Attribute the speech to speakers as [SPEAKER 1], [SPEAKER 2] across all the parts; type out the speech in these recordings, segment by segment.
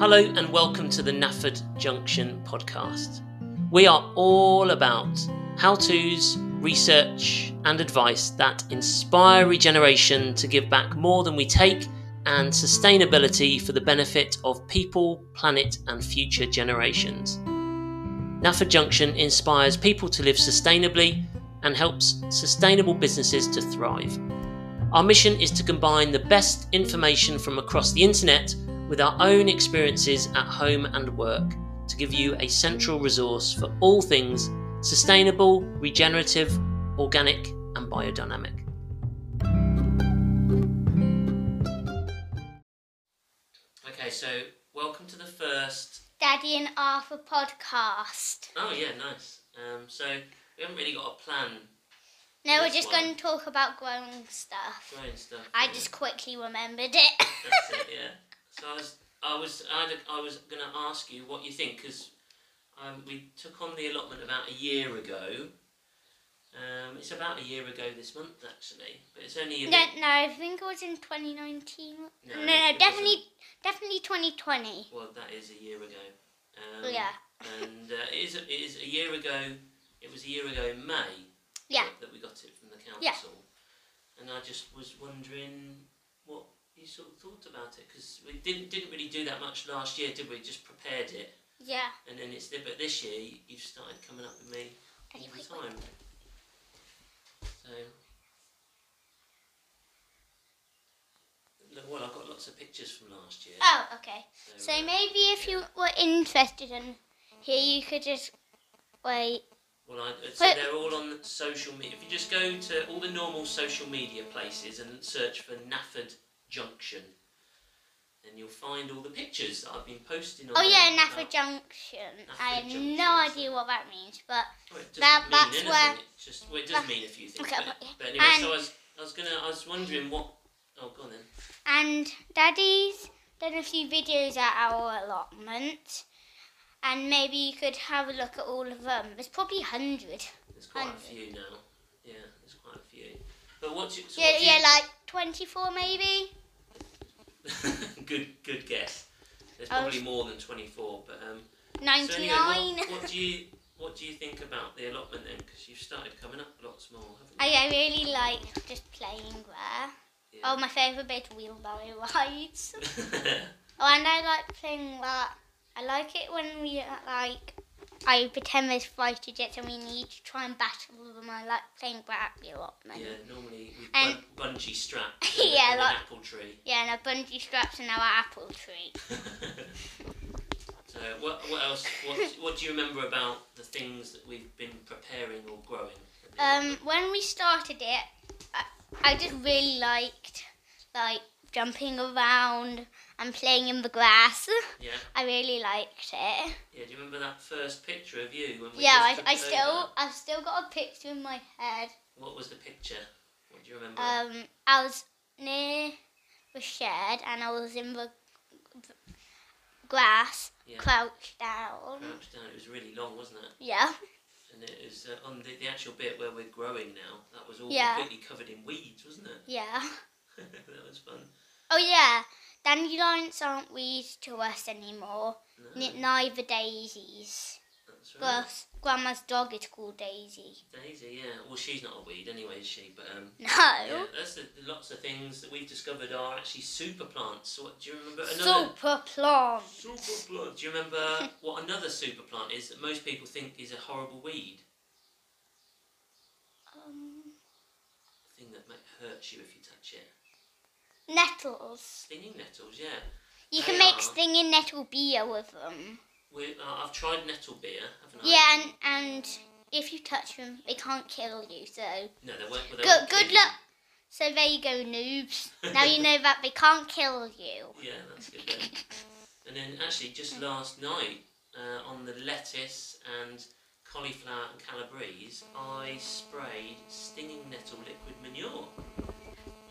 [SPEAKER 1] Hello and welcome to the Nafford Junction podcast. We are all about how to's, research, and advice that inspire regeneration to give back more than we take and sustainability for the benefit of people, planet, and future generations. Nafford Junction inspires people to live sustainably and helps sustainable businesses to thrive. Our mission is to combine the best information from across the internet with our own experiences at home and work to give you a central resource for all things sustainable, regenerative, organic, and biodynamic. Okay, so welcome to the first.
[SPEAKER 2] Daddy and Arthur podcast.
[SPEAKER 1] Oh, yeah, nice. Um, so we haven't really got a plan
[SPEAKER 2] No, we're
[SPEAKER 1] Yes,
[SPEAKER 2] just
[SPEAKER 1] well.
[SPEAKER 2] going to talk about growing stuff.
[SPEAKER 1] growing stuff.
[SPEAKER 2] I
[SPEAKER 1] yeah.
[SPEAKER 2] just quickly remembered it.
[SPEAKER 1] That's it, yeah. So I was, I was, I, had a, I was going to ask you what you think because um, we took on the allotment about a year ago. Um, it's about a year ago this month actually, but it's only a
[SPEAKER 2] no,
[SPEAKER 1] bit-
[SPEAKER 2] no, I think it was in 2019.
[SPEAKER 1] No,
[SPEAKER 2] No, no,
[SPEAKER 1] it wasn't.
[SPEAKER 2] definitely, definitely 2020.
[SPEAKER 1] well that is a year ago. Um,
[SPEAKER 2] yeah,
[SPEAKER 1] And uh, it is, a, it is a year ago. It was a year ago in May.
[SPEAKER 2] Yeah.
[SPEAKER 1] That, that we got it from the council.
[SPEAKER 2] Yeah.
[SPEAKER 1] And I just was wondering what you sort of thought about it because we didn't didn't really do that much last year, did we? Just prepared it.
[SPEAKER 2] yeah.
[SPEAKER 1] And then it's but this year you- you've started coming up with me all
[SPEAKER 2] Anyway,
[SPEAKER 1] the time. So Look, well, I've got lots of pictures from last year.
[SPEAKER 2] Oh, okay.
[SPEAKER 1] so,
[SPEAKER 2] So
[SPEAKER 1] uh,
[SPEAKER 2] maybe if you were interested in here, you could just wait.
[SPEAKER 1] well, I, uh, so
[SPEAKER 2] But-
[SPEAKER 1] they're all on social media. If you just go to all the normal social media places and search for Nafford Junction, then you'll find all the pictures that I've been posting on.
[SPEAKER 2] Oh yeah,
[SPEAKER 1] there
[SPEAKER 2] Nafford
[SPEAKER 1] about-
[SPEAKER 2] Junction. I have
[SPEAKER 1] Junction,
[SPEAKER 2] no
[SPEAKER 1] is
[SPEAKER 2] idea what that means, but
[SPEAKER 1] Well, Oh, it doesn't
[SPEAKER 2] That-
[SPEAKER 1] mean
[SPEAKER 2] that's
[SPEAKER 1] anything.
[SPEAKER 2] where-
[SPEAKER 1] It's just, well, it does
[SPEAKER 2] that's-
[SPEAKER 1] mean a few things.
[SPEAKER 2] okay,
[SPEAKER 1] but,
[SPEAKER 2] but-
[SPEAKER 1] but anyway, so
[SPEAKER 2] and-
[SPEAKER 1] I was, I was gonna, I was wondering what. Oh, go on then.
[SPEAKER 2] and Daddy's done a few videos at our allotment, and maybe you could have a look at all of them. There's probably hundred.
[SPEAKER 1] There's quite a
[SPEAKER 2] Hundred.
[SPEAKER 1] few now. Yeah, there's quite a few. But what's your, so
[SPEAKER 2] Yeah,
[SPEAKER 1] what do
[SPEAKER 2] yeah,
[SPEAKER 1] you-
[SPEAKER 2] like twenty-four maybe.
[SPEAKER 1] good, good guess. There's
[SPEAKER 2] Oh.
[SPEAKER 1] probably more than 24, but um. So anyway,
[SPEAKER 2] Ninety-nine.
[SPEAKER 1] what, what do you, what do you think about the allotment then? Because you've started coming up lots more, haven't
[SPEAKER 2] I,
[SPEAKER 1] you?
[SPEAKER 2] I really like just playing there.
[SPEAKER 1] Yeah.
[SPEAKER 2] Oh, my favourite bit wheelbarrow rides. Oh, and I like playing that. I like it when we uh, like. I pretend there's fighter jets and we need to try and battle them. I like playing that at the allotment.
[SPEAKER 1] yeah. Normally we bun-
[SPEAKER 2] And-
[SPEAKER 1] bungee strap.
[SPEAKER 2] Yeah,
[SPEAKER 1] and an
[SPEAKER 2] like-
[SPEAKER 1] apple tree.
[SPEAKER 2] Yeah, and a bungee straps and our apple tree.
[SPEAKER 1] so what, what else? What, what do you remember about the things that we've been preparing or growing? at the
[SPEAKER 2] Um, when we started it, I, I just really liked like jumping around and playing in the grass.
[SPEAKER 1] Yeah,
[SPEAKER 2] I really liked it.
[SPEAKER 1] yeah. Do you remember that first picture of you when we
[SPEAKER 2] yeah, I,
[SPEAKER 1] just
[SPEAKER 2] I
[SPEAKER 1] jumped
[SPEAKER 2] still
[SPEAKER 1] over?
[SPEAKER 2] I've still got a picture in my head.
[SPEAKER 1] What was the picture? What do you remember?
[SPEAKER 2] Um, I was near the shed and I was in the g- grass,
[SPEAKER 1] yeah,
[SPEAKER 2] crouched down.
[SPEAKER 1] crouched down. It was really long, wasn't it?
[SPEAKER 2] Yeah,
[SPEAKER 1] And it was uh, on the, the actual bit where we're growing now. That was all
[SPEAKER 2] Yeah.
[SPEAKER 1] completely covered in weeds, wasn't it?
[SPEAKER 2] yeah.
[SPEAKER 1] that was fun.
[SPEAKER 2] Oh yeah, dandelions aren't weeds to us anymore.
[SPEAKER 1] No,
[SPEAKER 2] N- neither daisies.
[SPEAKER 1] that's right.
[SPEAKER 2] Well, grandma's dog is called Daisy.
[SPEAKER 1] Daisy, yeah. Well, she's not a weed anyway, is she? But um,
[SPEAKER 2] No.
[SPEAKER 1] Yeah, that's the, the lots of things that we've discovered are actually super plants. So what do you remember? Another
[SPEAKER 2] Super plum.
[SPEAKER 1] super plant. Do you remember what another super plant is that most people think is a horrible weed?
[SPEAKER 2] Um,
[SPEAKER 1] A thing that might hurt you if you touch it.
[SPEAKER 2] nettles.
[SPEAKER 1] Stinging nettles, yeah.
[SPEAKER 2] You
[SPEAKER 1] They
[SPEAKER 2] can make
[SPEAKER 1] are.
[SPEAKER 2] stinging nettle beer with them.
[SPEAKER 1] We, uh, I've tried nettle beer, haven't I?
[SPEAKER 2] Yeah, and and if you touch them, they can't kill you. So
[SPEAKER 1] No, they weren't. Well, they
[SPEAKER 2] good
[SPEAKER 1] weren't
[SPEAKER 2] good
[SPEAKER 1] keen.
[SPEAKER 2] luck. So there you go, noobs. Now you know that they can't kill you.
[SPEAKER 1] Yeah, that's good then. and then actually, just last night uh, on the lettuce and cauliflower and calabrese, I sprayed stinging nettle liquid manure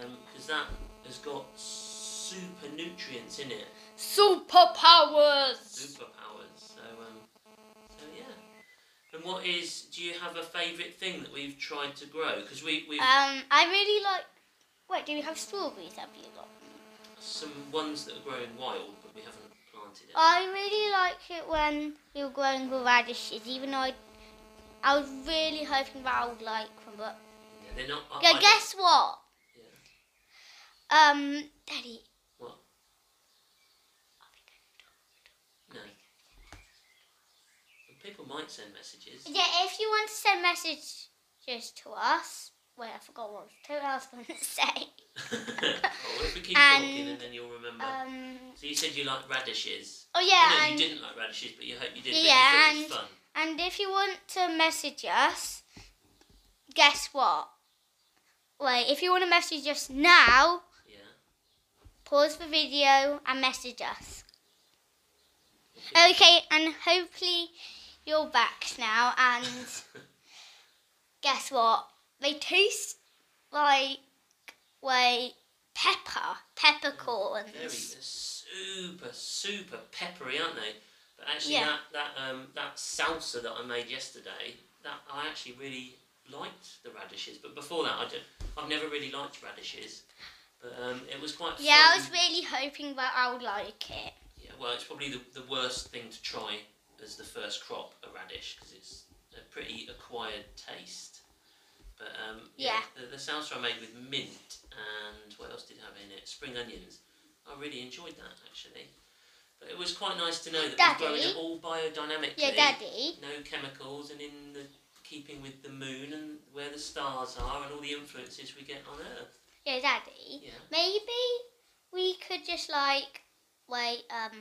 [SPEAKER 1] because that has got super nutrients in it,
[SPEAKER 2] Superpowers.
[SPEAKER 1] superpowers. So, um, so yeah. And what is? Do you have a favourite thing that we've tried to grow? Because we we have
[SPEAKER 2] Um, I really like. Wait, do we have strawberries? Have you got?
[SPEAKER 1] some ones that are growing wild, but we haven't planted wanted it.
[SPEAKER 2] I really liked it when we were growing the radishes, even though I, I was really hoping that I would like them. But
[SPEAKER 1] Yeah, they're not. I-
[SPEAKER 2] yeah,
[SPEAKER 1] Oh, I-
[SPEAKER 2] guess what?
[SPEAKER 1] Yeah.
[SPEAKER 2] Um, Daddy.
[SPEAKER 1] What? No. And People might send messages.
[SPEAKER 2] Yeah, if you want to send messages to us, wait, I forgot what I was going to say.
[SPEAKER 1] oh, well, if we keep talking and
[SPEAKER 2] And,
[SPEAKER 1] then you'll remember.
[SPEAKER 2] Um,
[SPEAKER 1] so you said you like radishes.
[SPEAKER 2] oh
[SPEAKER 1] no,
[SPEAKER 2] yeah,
[SPEAKER 1] you
[SPEAKER 2] and,
[SPEAKER 1] didn't like radishes, but you hope you did. but
[SPEAKER 2] Yeah,
[SPEAKER 1] you thought it
[SPEAKER 2] and-
[SPEAKER 1] was fun.
[SPEAKER 2] and if you want to message us, guess what? Wait, if you want to message us now,
[SPEAKER 1] Yeah.
[SPEAKER 2] pause the video and message us. Okay, and hopefully you're back now. And guess what? They taste like like pepper, peppercorns.
[SPEAKER 1] Very super super peppery, aren't they? But actually,
[SPEAKER 2] Yeah.
[SPEAKER 1] that that um that salsa that I made yesterday, that I actually really liked the radishes. But before that, I did. I've never really liked radishes. But um, it was quite.
[SPEAKER 2] Yeah, I
[SPEAKER 1] fun.
[SPEAKER 2] was really hoping that I would like it.
[SPEAKER 1] Yeah, well, it's probably the, the worst thing to try as the first crop, a radish, because it's a pretty acquired taste. But um, the, the salsa I made with mint and what else did it have in it? Spring onions. I really enjoyed that actually. But it was quite nice to know that we're growing
[SPEAKER 2] Daddy?
[SPEAKER 1] it all biodynamically.
[SPEAKER 2] Yeah, Daddy.
[SPEAKER 1] No chemicals and in the keeping with the moon and where the stars are and all the influences we get on Earth.
[SPEAKER 2] Yeah, Daddy.
[SPEAKER 1] Yeah.
[SPEAKER 2] Maybe we could just like wait. Um.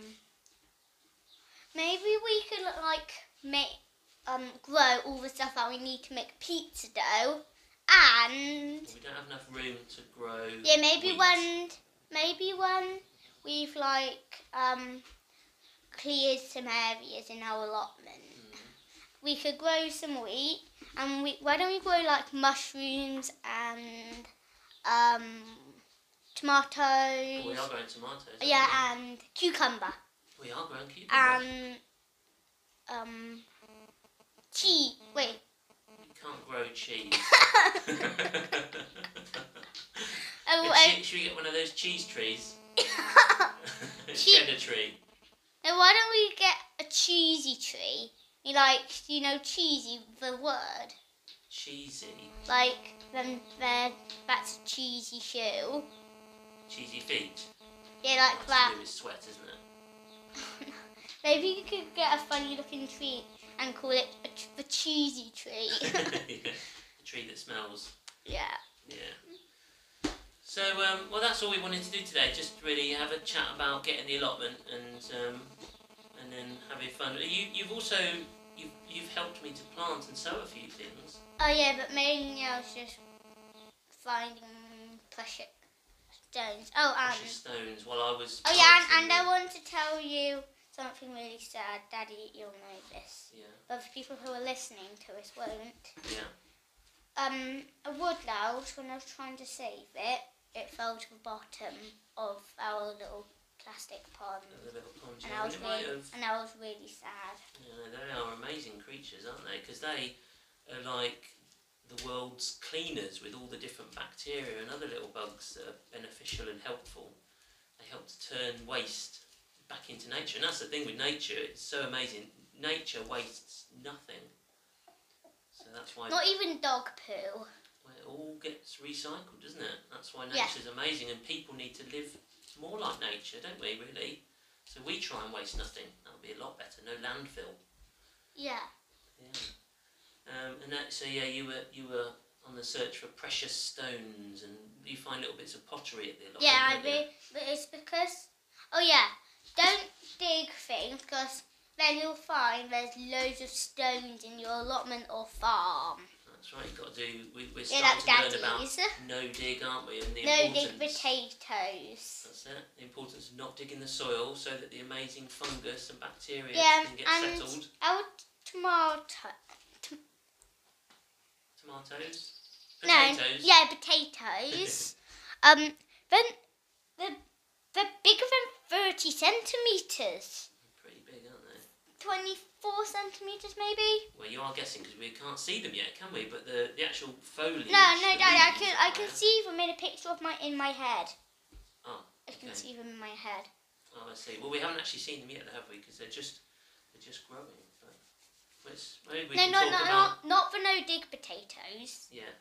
[SPEAKER 2] Maybe we could like make um grow all the stuff that we need to make pizza dough, and
[SPEAKER 1] We don't have enough room to grow.
[SPEAKER 2] yeah, maybe
[SPEAKER 1] wheat.
[SPEAKER 2] when maybe when we've like um cleared some areas in our allotment.
[SPEAKER 1] Mm.
[SPEAKER 2] we could grow some wheat and we why don't we grow like mushrooms and um
[SPEAKER 1] Well, we
[SPEAKER 2] tomatoes
[SPEAKER 1] are growing tomatoes. aren't we?
[SPEAKER 2] yeah uh, and cucumber
[SPEAKER 1] We are growing cucumbers.
[SPEAKER 2] and um cheese wait
[SPEAKER 1] you can't grow cheese.
[SPEAKER 2] oh
[SPEAKER 1] Yeah,
[SPEAKER 2] wait
[SPEAKER 1] che- should we get one of those cheese trees?
[SPEAKER 2] Che-
[SPEAKER 1] Cheddar tree.
[SPEAKER 2] now why don't we get a cheesy tree you like you know cheesy the word
[SPEAKER 1] Cheesy.
[SPEAKER 2] like then there that's a cheesy shoe
[SPEAKER 1] Cheesy feet.
[SPEAKER 2] yeah
[SPEAKER 1] That's
[SPEAKER 2] like that
[SPEAKER 1] to do with sweat, isn't it?
[SPEAKER 2] Maybe you could get a funny looking tree and call it a tr- the cheesy tree.
[SPEAKER 1] yeah. The tree that smells.
[SPEAKER 2] yeah.
[SPEAKER 1] Yeah. So, um, well, that's all we wanted to do today. Just really have a chat about getting the allotment and um, and then having fun. You, you've also you've, you've helped me to plant and sow a few things.
[SPEAKER 2] Oh yeah, but mainly I was just finding precious stones. Oh and
[SPEAKER 1] precious stones while I was.
[SPEAKER 2] oh yeah, and,
[SPEAKER 1] planting
[SPEAKER 2] and I want to tell you something really sad, Daddy. You'll know this,
[SPEAKER 1] the- Yeah,
[SPEAKER 2] but the people who are listening to us won't.
[SPEAKER 1] yeah.
[SPEAKER 2] Um, a woodlouse when I was trying to save it, it fell to the bottom of our little plastic pond,
[SPEAKER 1] The little ponds.
[SPEAKER 2] and
[SPEAKER 1] yeah,
[SPEAKER 2] I
[SPEAKER 1] and
[SPEAKER 2] was
[SPEAKER 1] it might
[SPEAKER 2] really,
[SPEAKER 1] have.
[SPEAKER 2] and I was really sad.
[SPEAKER 1] Yeah, they are amazing creatures, aren't they? Because they are like the world's cleaners with all the different bacteria and other little bugs that are beneficial and helpful. They help to turn waste back into nature, and that's the thing with nature. It's so amazing. Nature wastes nothing. So that's why
[SPEAKER 2] Not even dog poo.
[SPEAKER 1] why it all gets recycled, doesn't it? That's why
[SPEAKER 2] Yeah.
[SPEAKER 1] nature's amazing, and people need to live more like nature, don't we? Really. So we try and waste nothing. That would be a lot better. No landfill.
[SPEAKER 2] Yeah.
[SPEAKER 1] Yeah. Um, and that, so yeah, you were you were on the search for precious stones, and you find little bits of pottery at the allotment.
[SPEAKER 2] yeah, I
[SPEAKER 1] don't you?
[SPEAKER 2] be, but it's because. Oh yeah, don't dig things because then you'll find there's loads of stones in your allotment or farm.
[SPEAKER 1] That's right. You've got to do. We, we're
[SPEAKER 2] Yeah,
[SPEAKER 1] starting
[SPEAKER 2] like
[SPEAKER 1] to learn about
[SPEAKER 2] daddies.
[SPEAKER 1] no dig, aren't we? And the
[SPEAKER 2] No
[SPEAKER 1] importance.
[SPEAKER 2] dig potatoes.
[SPEAKER 1] That's it. The importance of not digging the soil so that the amazing fungus and bacteria
[SPEAKER 2] Yeah,
[SPEAKER 1] can get
[SPEAKER 2] and
[SPEAKER 1] settled.
[SPEAKER 2] our tomato.
[SPEAKER 1] Tomatoes.
[SPEAKER 2] No,
[SPEAKER 1] Potatoes.
[SPEAKER 2] yeah, potatoes. um, then they're, they're bigger than thirty centimeters,
[SPEAKER 1] Pretty big, aren't they?
[SPEAKER 2] twenty-four centimeters maybe.
[SPEAKER 1] Well, you are guessing because we can't see them yet, can we? But the, the actual foliage.
[SPEAKER 2] No, no,
[SPEAKER 1] the
[SPEAKER 2] Daddy, I
[SPEAKER 1] leaves
[SPEAKER 2] can
[SPEAKER 1] that
[SPEAKER 2] I
[SPEAKER 1] are
[SPEAKER 2] can
[SPEAKER 1] there-
[SPEAKER 2] see them in a picture of my in my head.
[SPEAKER 1] Oh,
[SPEAKER 2] I can
[SPEAKER 1] okay.
[SPEAKER 2] see them in my head.
[SPEAKER 1] Oh, I see. Well, we haven't actually seen them yet, have we? Because they're just they're just growing. But let's, maybe we
[SPEAKER 2] No,
[SPEAKER 1] can
[SPEAKER 2] no,
[SPEAKER 1] talk
[SPEAKER 2] no,
[SPEAKER 1] about.
[SPEAKER 2] not, not for no dig potatoes.
[SPEAKER 1] Yeah,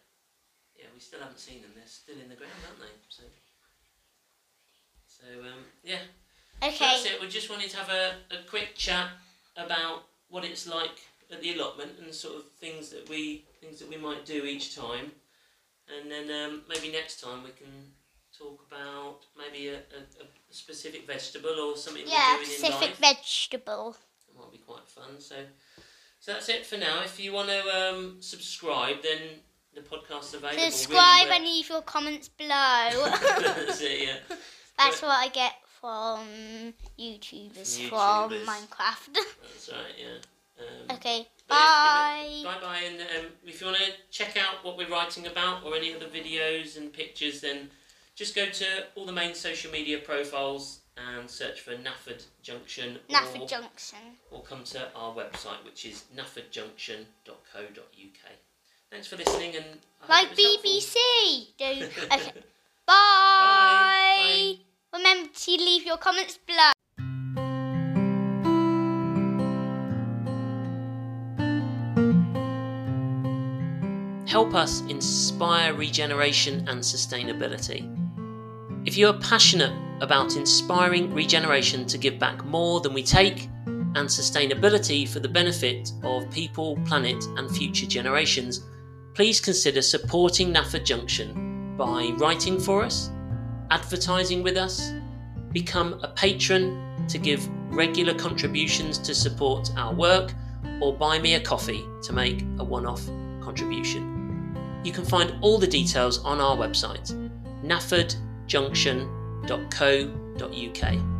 [SPEAKER 1] yeah. We still haven't seen them. They're still in the ground, aren't they? So, so um, yeah. So
[SPEAKER 2] Okay.
[SPEAKER 1] that's it. We just wanted to have a, a quick chat about what it's like at the allotment and sort of things that we things that we might do each time, and then um, maybe next time we can talk about maybe a, a, a specific vegetable or something
[SPEAKER 2] Yeah,
[SPEAKER 1] we're doing in
[SPEAKER 2] Pacific
[SPEAKER 1] life.
[SPEAKER 2] vegetable.
[SPEAKER 1] It might be quite fun. So, so that's it for now. If you want to um, subscribe, then the podcast's available. really
[SPEAKER 2] Subscribe
[SPEAKER 1] where-
[SPEAKER 2] and leave your comments below.
[SPEAKER 1] that's it, yeah.
[SPEAKER 2] That's what I get from YouTubers from
[SPEAKER 1] YouTubers.
[SPEAKER 2] Minecraft.
[SPEAKER 1] That's right, yeah. Um,
[SPEAKER 2] okay,
[SPEAKER 1] But if-
[SPEAKER 2] bye.
[SPEAKER 1] Bye bye, and um, if you want to check out what we're writing about or any other videos and pictures, then just go to all the main social media profiles and search for Nafford Junction or,
[SPEAKER 2] Nafford Junction.
[SPEAKER 1] or come to our website, which is naffordjunction.co.uk. Thanks for listening, and I
[SPEAKER 2] Like
[SPEAKER 1] hope it's
[SPEAKER 2] BBC. Do
[SPEAKER 1] helpful.
[SPEAKER 2] okay. Bye.
[SPEAKER 1] Bye.
[SPEAKER 2] Remember to leave your comments below.
[SPEAKER 1] help us inspire regeneration and sustainability. If you are passionate about inspiring regeneration to give back more than we take and sustainability for the benefit of people, planet, and future generations, please consider supporting NAFA Junction by writing for us, advertising with us, become a patron to give regular contributions to support our work, or buy me a coffee to make a one off contribution. You can find all the details on our website, naffordjunction.co.uk.